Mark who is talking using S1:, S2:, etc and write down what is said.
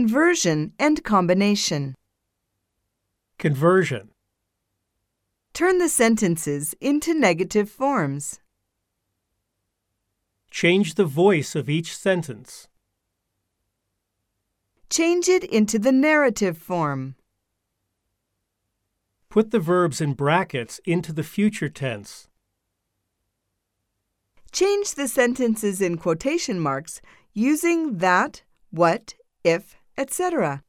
S1: Conversion and combination.
S2: Conversion.
S1: Turn the sentences into negative forms.
S2: Change the voice of each sentence.
S1: Change it into the narrative form.
S2: Put the verbs in brackets into the future tense.
S1: Change the sentences in quotation marks using that, what, if, etc.